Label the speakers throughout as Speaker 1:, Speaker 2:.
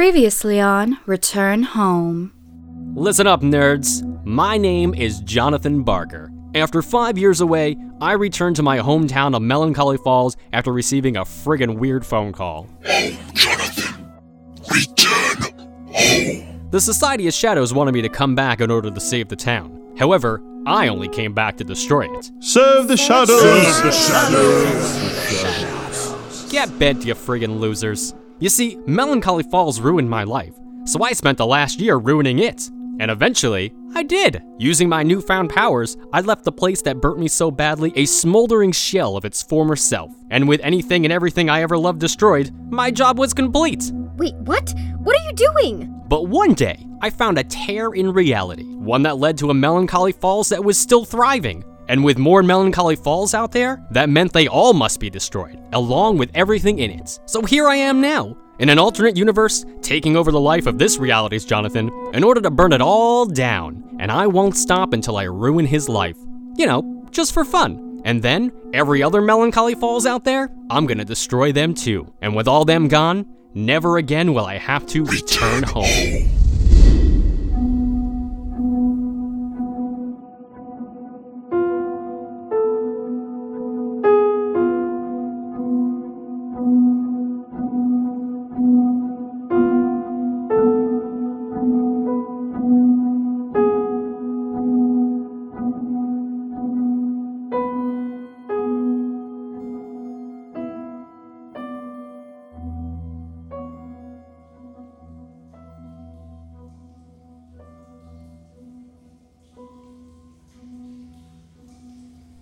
Speaker 1: Previously on Return Home.
Speaker 2: Listen up, nerds. My name is Jonathan Barker. After five years away, I returned to my hometown of Melancholy Falls after receiving a friggin' weird phone call.
Speaker 3: home, Jonathan. Return home.
Speaker 2: The Society of Shadows wanted me to come back in order to save the town. However, I only came back to destroy it.
Speaker 4: Serve the shadows.
Speaker 2: Get bent, you friggin' losers. You see, Melancholy Falls ruined my life, so I spent the last year ruining it. And eventually, I did. Using my newfound powers, I left the place that burnt me so badly a smoldering shell of its former self. And with anything and everything I ever loved destroyed, my job was complete.
Speaker 5: Wait, what? What are you doing?
Speaker 2: But one day, I found a tear in reality, one that led to a Melancholy Falls that was still thriving. And with more Melancholy Falls out there, that meant they all must be destroyed, along with everything in it. So here I am now, in an alternate universe, taking over the life of this reality's Jonathan in order to burn it all down. And I won't stop until I ruin his life. You know, just for fun. And then, every other Melancholy Falls out there, I'm gonna destroy them too. And with all them gone, never again will I have to return home.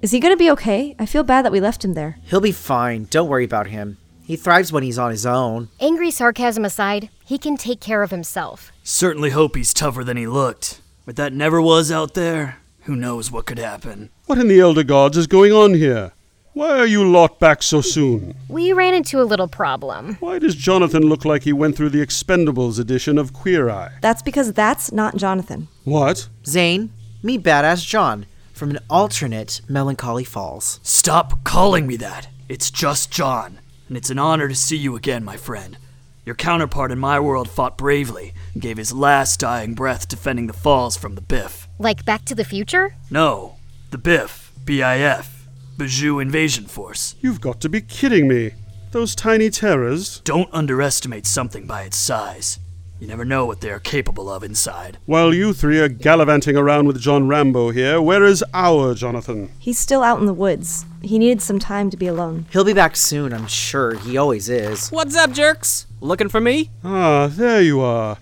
Speaker 6: Is he gonna be okay? I feel bad that we left him there.
Speaker 7: He'll be fine. Don't worry about him. He thrives when he's on his own.
Speaker 5: Angry sarcasm aside, he can take care of himself.
Speaker 8: Certainly hope he's tougher than he looked. But that never was out there. Who knows what could happen?
Speaker 4: What in the Elder Gods is going on here? Why are you lot back so soon?
Speaker 5: We ran into a little problem.
Speaker 4: Why does Jonathan look like he went through the Expendables edition of Queer Eye?
Speaker 6: That's because that's not Jonathan.
Speaker 4: What?
Speaker 7: Zane, me badass John, from an alternate Melancholy Falls.
Speaker 8: Stop calling me that. It's just John. And it's an honor to see you again, my friend. Your counterpart in my world fought bravely and gave his last dying breath defending the falls from the Biff.
Speaker 5: Like Back to the Future?
Speaker 8: No, the Biff, BIF, Bijou Invasion Force.
Speaker 4: You've got to be kidding me. Those tiny terrors?
Speaker 8: Don't underestimate something by its size. You never know what they are capable of inside.
Speaker 4: While you three are gallivanting around with John Rambo here, where is our Jonathan?
Speaker 6: He's still out in the woods. He needed some time to be alone.
Speaker 7: He'll be back soon, I'm sure. He always is.
Speaker 2: What's up, jerks? Looking for me?
Speaker 4: Ah, there you are.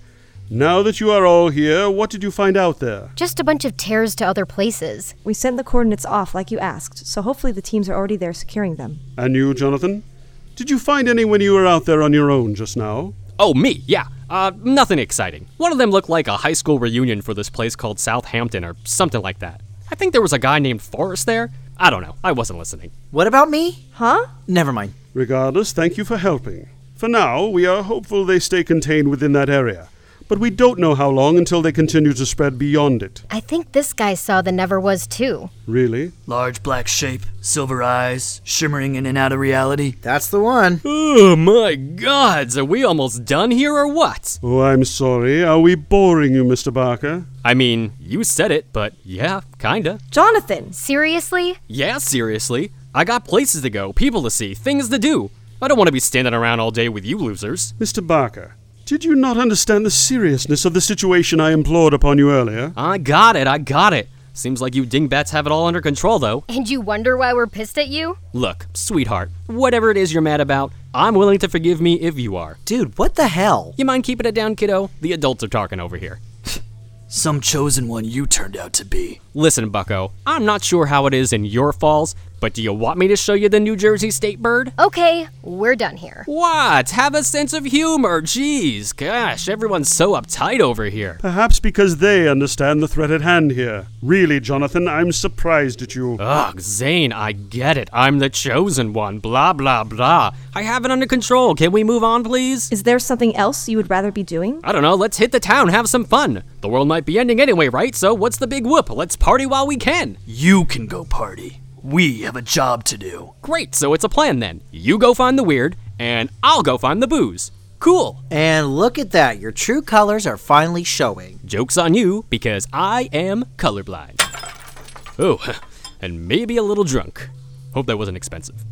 Speaker 4: Now that you are all here, what did you find out there?
Speaker 5: Just a bunch of tears to other places.
Speaker 6: We sent the coordinates off like you asked, so hopefully the teams are already there securing them.
Speaker 4: And you, Jonathan? Did you find any when you were out there on your own just now?
Speaker 2: Oh, me, yeah. Uh, nothing exciting. One of them looked like a high school reunion for this place called Southampton or something like that. I think there was a guy named Forrest there. I don't know. I wasn't listening.
Speaker 7: What about me?
Speaker 6: Huh?
Speaker 7: Never mind.
Speaker 4: Regardless, thank you for helping. For now, we are hopeful they stay contained within that area, but we don't know how long until they continue to spread beyond it.
Speaker 5: I think this guy saw the never was too.
Speaker 4: Really?
Speaker 8: Large black shape, silver eyes, shimmering in and out of reality.
Speaker 7: That's the one.
Speaker 2: Oh my gods, are we almost done here or what?
Speaker 4: Oh, I'm sorry. Are we boring you, Mr. Barker?
Speaker 2: I mean, you said it, but yeah, kinda.
Speaker 6: Jonathan!
Speaker 5: Seriously?
Speaker 2: Yeah, seriously. I got places to go, people to see, things to do. I don't want to be standing around all day with you losers.
Speaker 4: Mr. Barker, did you not understand the seriousness of the situation I implored upon you earlier?
Speaker 2: I got it, I got it. Seems like you dingbats have it all under control, though.
Speaker 5: And you wonder why we're pissed at you?
Speaker 2: Look, sweetheart, whatever it is you're mad about, I'm willing to forgive me if you are.
Speaker 7: Dude, what the hell?
Speaker 2: You mind keeping it down, kiddo? The adults are talking over here.
Speaker 8: Some chosen one you turned out to be.
Speaker 2: Listen, bucko, I'm not sure how it is in your falls, but do you want me to show you the New Jersey state bird?
Speaker 5: Okay, we're done here.
Speaker 2: What? Have a sense of humor. Jeez, gosh, everyone's so uptight over here.
Speaker 4: Perhaps because they understand the threat at hand here. Really, Jonathan, I'm surprised at you.
Speaker 2: Ugh, Zane, I get it. I'm the chosen one. Blah, blah, blah. I have it under control. Can we move on, please?
Speaker 6: Is there something else you would rather be doing?
Speaker 2: I don't know. Let's hit the town, have some fun. The world might be ending anyway, right? So what's the big whoop? Let's party while we can.
Speaker 8: You can go party. We have a job to do.
Speaker 2: Great, so it's a plan then. You go find the weird, and I'll go find the booze. Cool.
Speaker 7: And look at that, your true colors are finally showing.
Speaker 2: Joke's on you because I am colorblind. Oh, and maybe a little drunk. Hope that wasn't expensive.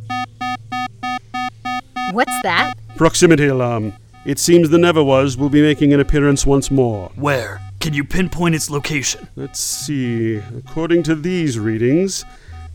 Speaker 5: What's that?
Speaker 4: Proximity alarm. It seems the Never Was will be making an appearance once more.
Speaker 8: Where? Can you pinpoint its location?
Speaker 4: Let's see. According to these readings,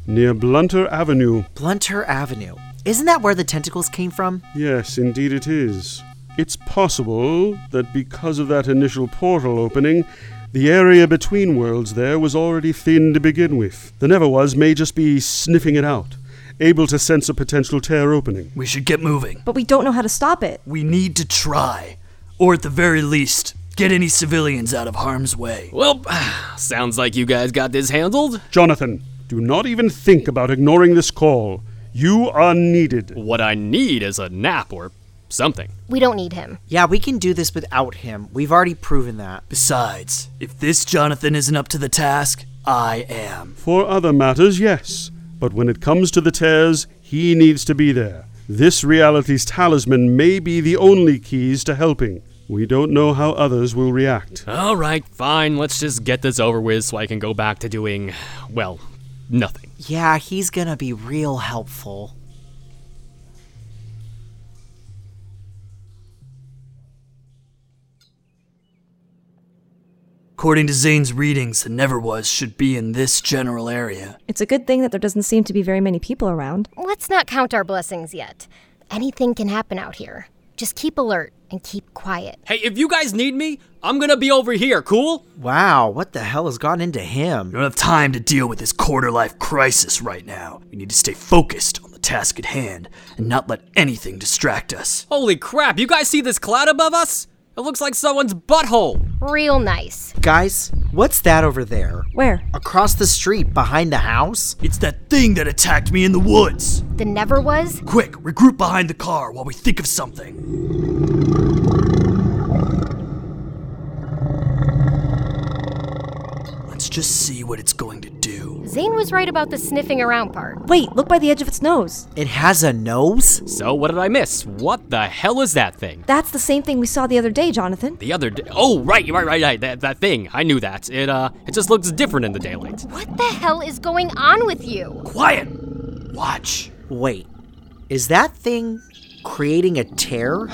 Speaker 4: near Blunter Avenue.
Speaker 7: Blunter Avenue. Isn't that where the tentacles came from?
Speaker 4: Yes, indeed it is. It's possible that because of that initial portal opening, the area between worlds there was already thin to begin with. The Never Was may just be sniffing it out, able to sense a potential tear opening.
Speaker 8: We should get moving.
Speaker 6: But we don't know how to stop it.
Speaker 8: We need to try. Or at the very least, get any civilians out of harm's way.
Speaker 2: Well, sounds like you guys got this handled.
Speaker 4: Jonathan, do not even think about ignoring this call. You are needed.
Speaker 2: What I need is a nap or something.
Speaker 5: We don't need him.
Speaker 7: Yeah, we can do this without him. We've already proven that.
Speaker 8: Besides, if this Jonathan isn't up to the task, I am.
Speaker 4: For other matters, yes. But when it comes to the tears, he needs to be there. This reality's talisman may be the only keys to helping. We don't know how others will react.
Speaker 2: All right, fine. Let's just get this over with so I can go back to doing, well, nothing.
Speaker 7: Yeah, he's gonna be real helpful.
Speaker 8: According to Zane's readings, the Never Was should be in this general area.
Speaker 6: It's a good thing that there doesn't seem to be very many people around.
Speaker 5: Let's not count our blessings yet. Anything can happen out here. Just keep alert and keep quiet.
Speaker 2: Hey, if you guys need me, I'm gonna be over here, cool?
Speaker 7: Wow, what the hell has gotten into him?
Speaker 8: We don't have time to deal with this quarter life crisis right now. We need to stay focused on the task at hand and not let anything distract us.
Speaker 2: Holy crap, you guys see this cloud above us? It looks like someone's butthole.
Speaker 5: Real nice.
Speaker 7: Guys, what's that over there?
Speaker 6: Where?
Speaker 7: Across the street, behind the house?
Speaker 8: It's that thing that attacked me in the woods.
Speaker 5: The never was?
Speaker 8: Quick, regroup behind the car while we think of something. Let's just see what it's going to do.
Speaker 5: Zane was right about the sniffing around part.
Speaker 6: Wait, look by the edge of its nose.
Speaker 7: It has a nose?
Speaker 2: So, what did I miss? What the hell is that thing?
Speaker 6: That's the same thing we saw the other day, Jonathan.
Speaker 2: The other day. Oh, right, right, right, right. That, that thing. I knew that. It, uh, it just looks different in the daylight.
Speaker 5: What the hell is going on with you?
Speaker 8: Quiet! Watch.
Speaker 7: Wait, is that thing creating a tear?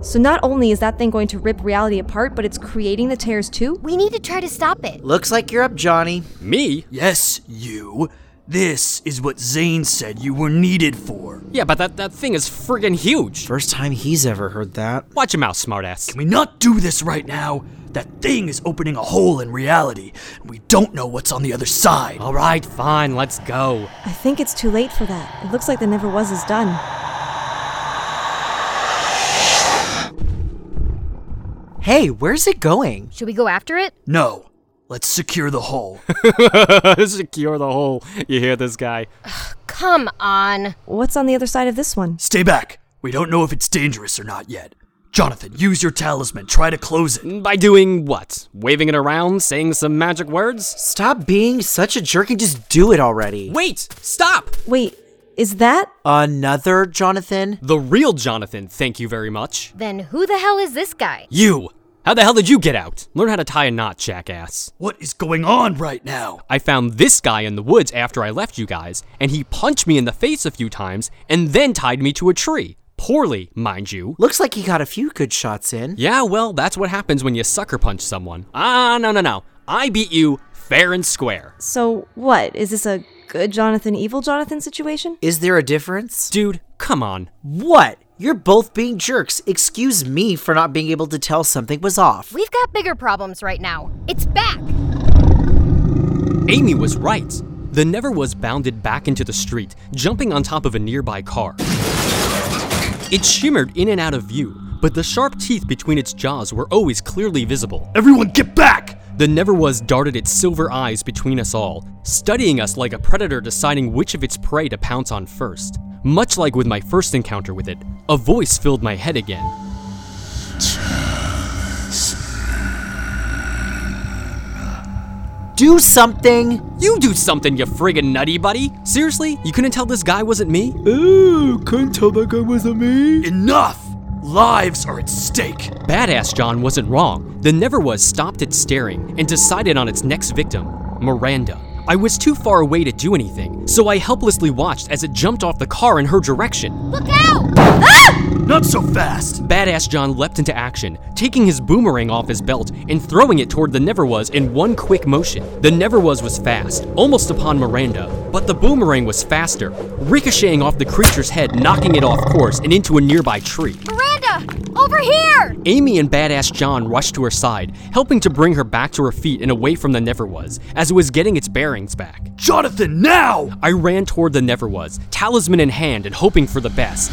Speaker 6: So not only is that thing going to rip reality apart, but it's creating the tears too?
Speaker 5: We need to try to stop it.
Speaker 7: Looks like you're up, Johnny.
Speaker 2: Me?
Speaker 8: Yes, you. This is what Zane said you were needed for.
Speaker 2: Yeah, but that, that thing is friggin' huge.
Speaker 7: First time he's ever heard that.
Speaker 2: Watch your mouth, smartass.
Speaker 8: Can we not do this right now? That thing is opening a hole in reality, and we don't know what's on the other side.
Speaker 2: All right, fine, let's go.
Speaker 6: I think it's too late for that. It looks like the never was is done.
Speaker 7: Hey, where's it going?
Speaker 5: Should we go after it?
Speaker 8: No. Let's secure the hole.
Speaker 2: Secure the hole. You hear this guy?
Speaker 5: Come on.
Speaker 6: What's on the other side of this one?
Speaker 8: Stay back. We don't know if it's dangerous or not yet. Jonathan, use your talisman. Try to close it.
Speaker 2: By doing what? Waving it around, saying some magic words?
Speaker 7: Stop being such a jerk and just do it already.
Speaker 2: Wait, stop!
Speaker 6: Wait, is that?
Speaker 7: Another Jonathan?
Speaker 2: The real Jonathan, thank you very much.
Speaker 5: Then who the hell is this guy?
Speaker 2: You! How the hell did you get out? Learn how to tie a knot, jackass.
Speaker 8: What is going on right now?
Speaker 2: I found this guy in the woods after I left you guys, and he punched me in the face a few times and then tied me to a tree. Poorly, mind you.
Speaker 7: Looks like he got a few good shots in.
Speaker 2: Yeah, well, that's what happens when you sucker punch someone. Ah, no, no, no. I beat you fair and square.
Speaker 6: So what? Is this a good Jonathan, evil Jonathan situation?
Speaker 7: Is there a difference?
Speaker 2: Dude, come on.
Speaker 7: What? You're both being jerks. Excuse me for not being able to tell something was off.
Speaker 5: We've got bigger problems right now. It's back.
Speaker 2: Amy was right. The Never was bounded back into the street, jumping on top of a nearby car. It shimmered in and out of view, but the sharp teeth between its jaws were always clearly visible.
Speaker 8: Everyone get back!
Speaker 2: The Never was darted its silver eyes between us all, studying us like a predator deciding which of its prey to pounce on first. Much like with my first encounter with it, a voice filled my head again.
Speaker 7: Do something!
Speaker 2: You do something, you friggin' nutty buddy! Seriously? You couldn't tell this guy wasn't me?
Speaker 8: Enough! Lives are at stake.
Speaker 2: Badass John wasn't wrong. The Never Was stopped its staring and decided on its next victim, Miranda. I was too far away to do anything, so I helplessly watched as it jumped off the car in her direction.
Speaker 5: Look out! Ah!
Speaker 8: Not so fast.
Speaker 2: Badass John leapt into action, taking his boomerang off his belt and throwing it toward the Never Was in one quick motion. The Never Was was fast, almost upon Miranda, but the boomerang was faster, ricocheting off the creature's head, knocking it off course and into a nearby tree.
Speaker 5: Miranda! Over here!
Speaker 2: Amy and Badass John rushed to her side, helping to bring her back to her feet and away from the Never Was, as it was getting its bearings back.
Speaker 8: Jonathan, now!
Speaker 2: I ran toward the Never Was, talisman in hand and hoping for the best.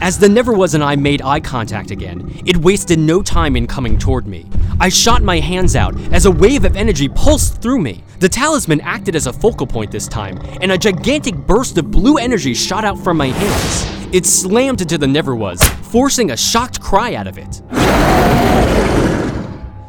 Speaker 2: As the Never Was and I made eye contact again, it wasted no time in coming toward me. I shot my hands out as a wave of energy pulsed through me. The talisman acted as a focal point this time, and a gigantic burst of blue energy shot out from my hands. It slammed into the Never Was, forcing a shocked cry out of it.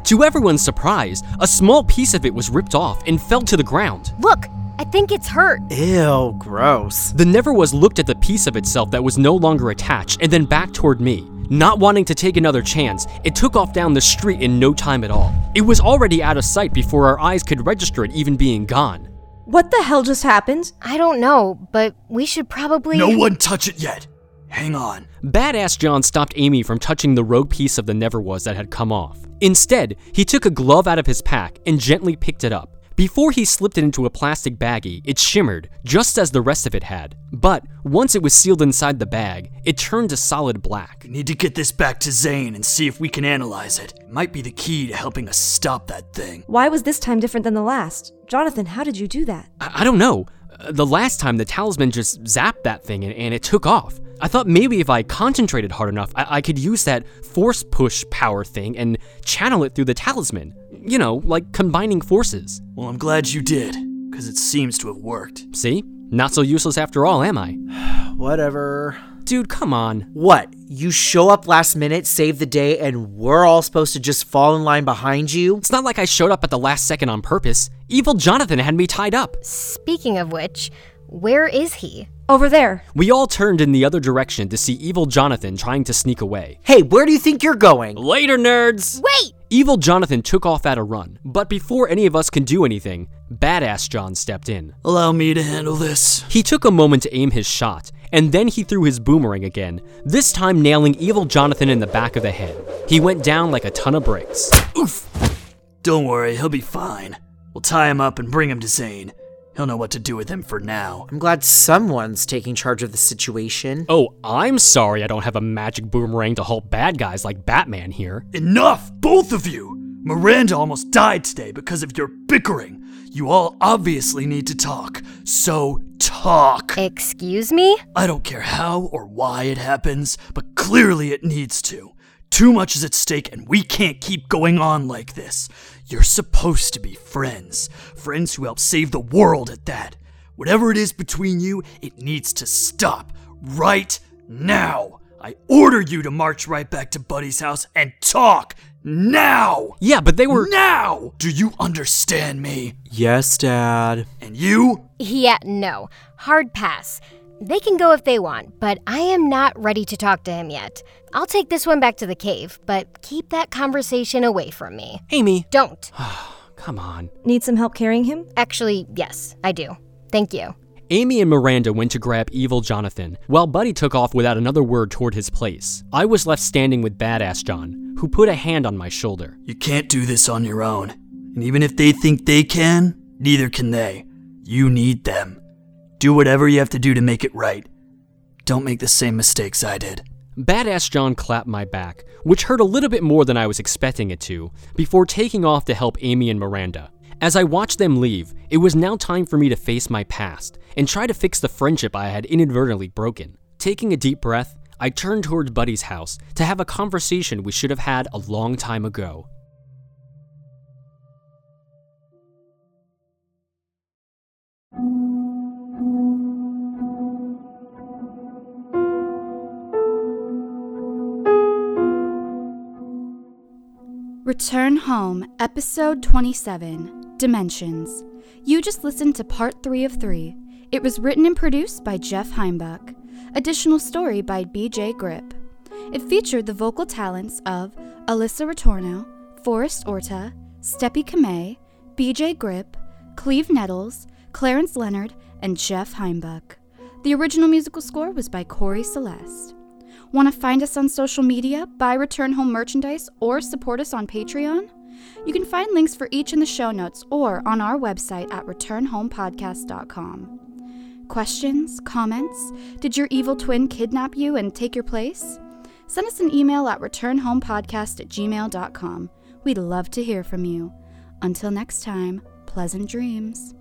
Speaker 2: To everyone's surprise, a small piece of it was ripped off and fell to the ground.
Speaker 5: Look, I think it's hurt.
Speaker 7: Ew, gross.
Speaker 2: The Never Was looked at the piece of itself that was no longer attached and then back toward me. Not wanting to take another chance, it took off down the street in no time at all. It was already out of sight before our eyes could register it even being gone.
Speaker 6: What the hell just happened?
Speaker 5: I don't know, but we should probably.
Speaker 8: No one touch it yet. Hang on.
Speaker 2: Badass John stopped Amy from touching the rogue piece of the Never Was that had come off. Instead, he took a glove out of his pack and gently picked it up. Before he slipped it into a plastic baggie, it shimmered, just as the rest of it had. But once it was sealed inside the bag, it turned to solid black.
Speaker 8: Need to get this back to Zane and see if we can analyze it. It might be the key to helping us stop that thing.
Speaker 6: Why was this time different than the last? Jonathan, how did you do that?
Speaker 2: I, I don't know. Uh, The last time, the talisman just zapped that thing and, and it took off. I thought maybe if I concentrated hard enough, I, I could use that force push power thing and channel it through the talisman. You know, like combining forces.
Speaker 8: Well, I'm glad you did, because it seems to have worked.
Speaker 2: See? Not so useless after all, am I?
Speaker 7: Whatever.
Speaker 2: Dude, come on.
Speaker 7: What? You show up last minute, save the day, and we're all supposed to just fall in line behind you?
Speaker 2: It's not like I showed up at the last second on purpose. Evil Jonathan had me tied up.
Speaker 5: Speaking of which, where is he?
Speaker 6: Over there.
Speaker 2: We all turned in the other direction to see Evil Jonathan trying to sneak away.
Speaker 7: Hey, where do you think you're going?
Speaker 2: Later, nerds!
Speaker 5: Wait!
Speaker 2: Evil Jonathan took off at a run, but before any of us can do anything, Badass John stepped in.
Speaker 8: Allow me to handle this.
Speaker 2: He took a moment to aim his shot, and then he threw his boomerang again, this time nailing Evil Jonathan in the back of the head. He went down like a ton of bricks.
Speaker 8: Don't worry, he'll be fine. We'll tie him up and bring him to Zane. He'll know what to do with him for now.
Speaker 7: I'm glad someone's taking charge of the situation.
Speaker 2: Oh, I'm sorry I don't have a magic boomerang to halt bad guys like Batman here.
Speaker 8: Enough, both of you! Miranda almost died today because of your bickering. You all obviously need to talk, so talk.
Speaker 5: Excuse me?
Speaker 8: I don't care how or why it happens, but clearly it needs to. Too much is at stake, and we can't keep going on like this. You're supposed to be friends. Friends who help save the world at that. Whatever it is between you, it needs to stop. Right now. I order you to march right back to Buddy's house and talk. Now!
Speaker 2: Yeah, but they were.
Speaker 8: Now! Do you understand me?
Speaker 7: Yes, Dad.
Speaker 8: And you?
Speaker 5: Yeah, no. Hard pass. They can go if they want, but I am not ready to talk to him yet. I'll take this one back to the cave, but keep that conversation away from me.
Speaker 2: Amy,
Speaker 5: Don't.
Speaker 2: come on.
Speaker 6: Need some help carrying him?
Speaker 5: Actually, yes, I do. Thank you.
Speaker 2: Amy and Miranda went to grab evil Jonathan, while Buddy took off without another word toward his place. I was left standing with Badass John, who put a hand on my shoulder.
Speaker 8: You can't do this on your own. And even if they think they can, neither can they. You need them. Do whatever you have to do to make it right. Don't make the same mistakes I did.
Speaker 2: Badass John clapped my back, which hurt a little bit more than I was expecting it to, before taking off to help Amy and Miranda. As I watched them leave, it was now time for me to face my past and try to fix the friendship I had inadvertently broken. Taking a deep breath, I turned towards Buddy's house to have a conversation we should have had a long time ago.
Speaker 1: Return Home, Episode 27 Dimensions. You just listened to part three of three. It was written and produced by Jeff Heimbach. Additional story by BJ Grip. It featured the vocal talents of Alyssa Retorno, Forrest Orta, Steppy Kamei, BJ Grip, Cleve Nettles, Clarence Leonard, and Jeff Heimbach. The original musical score was by Corey Celeste. Want to find us on social media, buy Return Home merchandise, or support us on Patreon? You can find links for each in the show notes or on our website at returnhomepodcast.com. Questions? Comments? Did your evil twin kidnap you and take your place? Send us an email at returnhomepodcast at gmail.com. We'd love to hear from you. Until next time, pleasant dreams.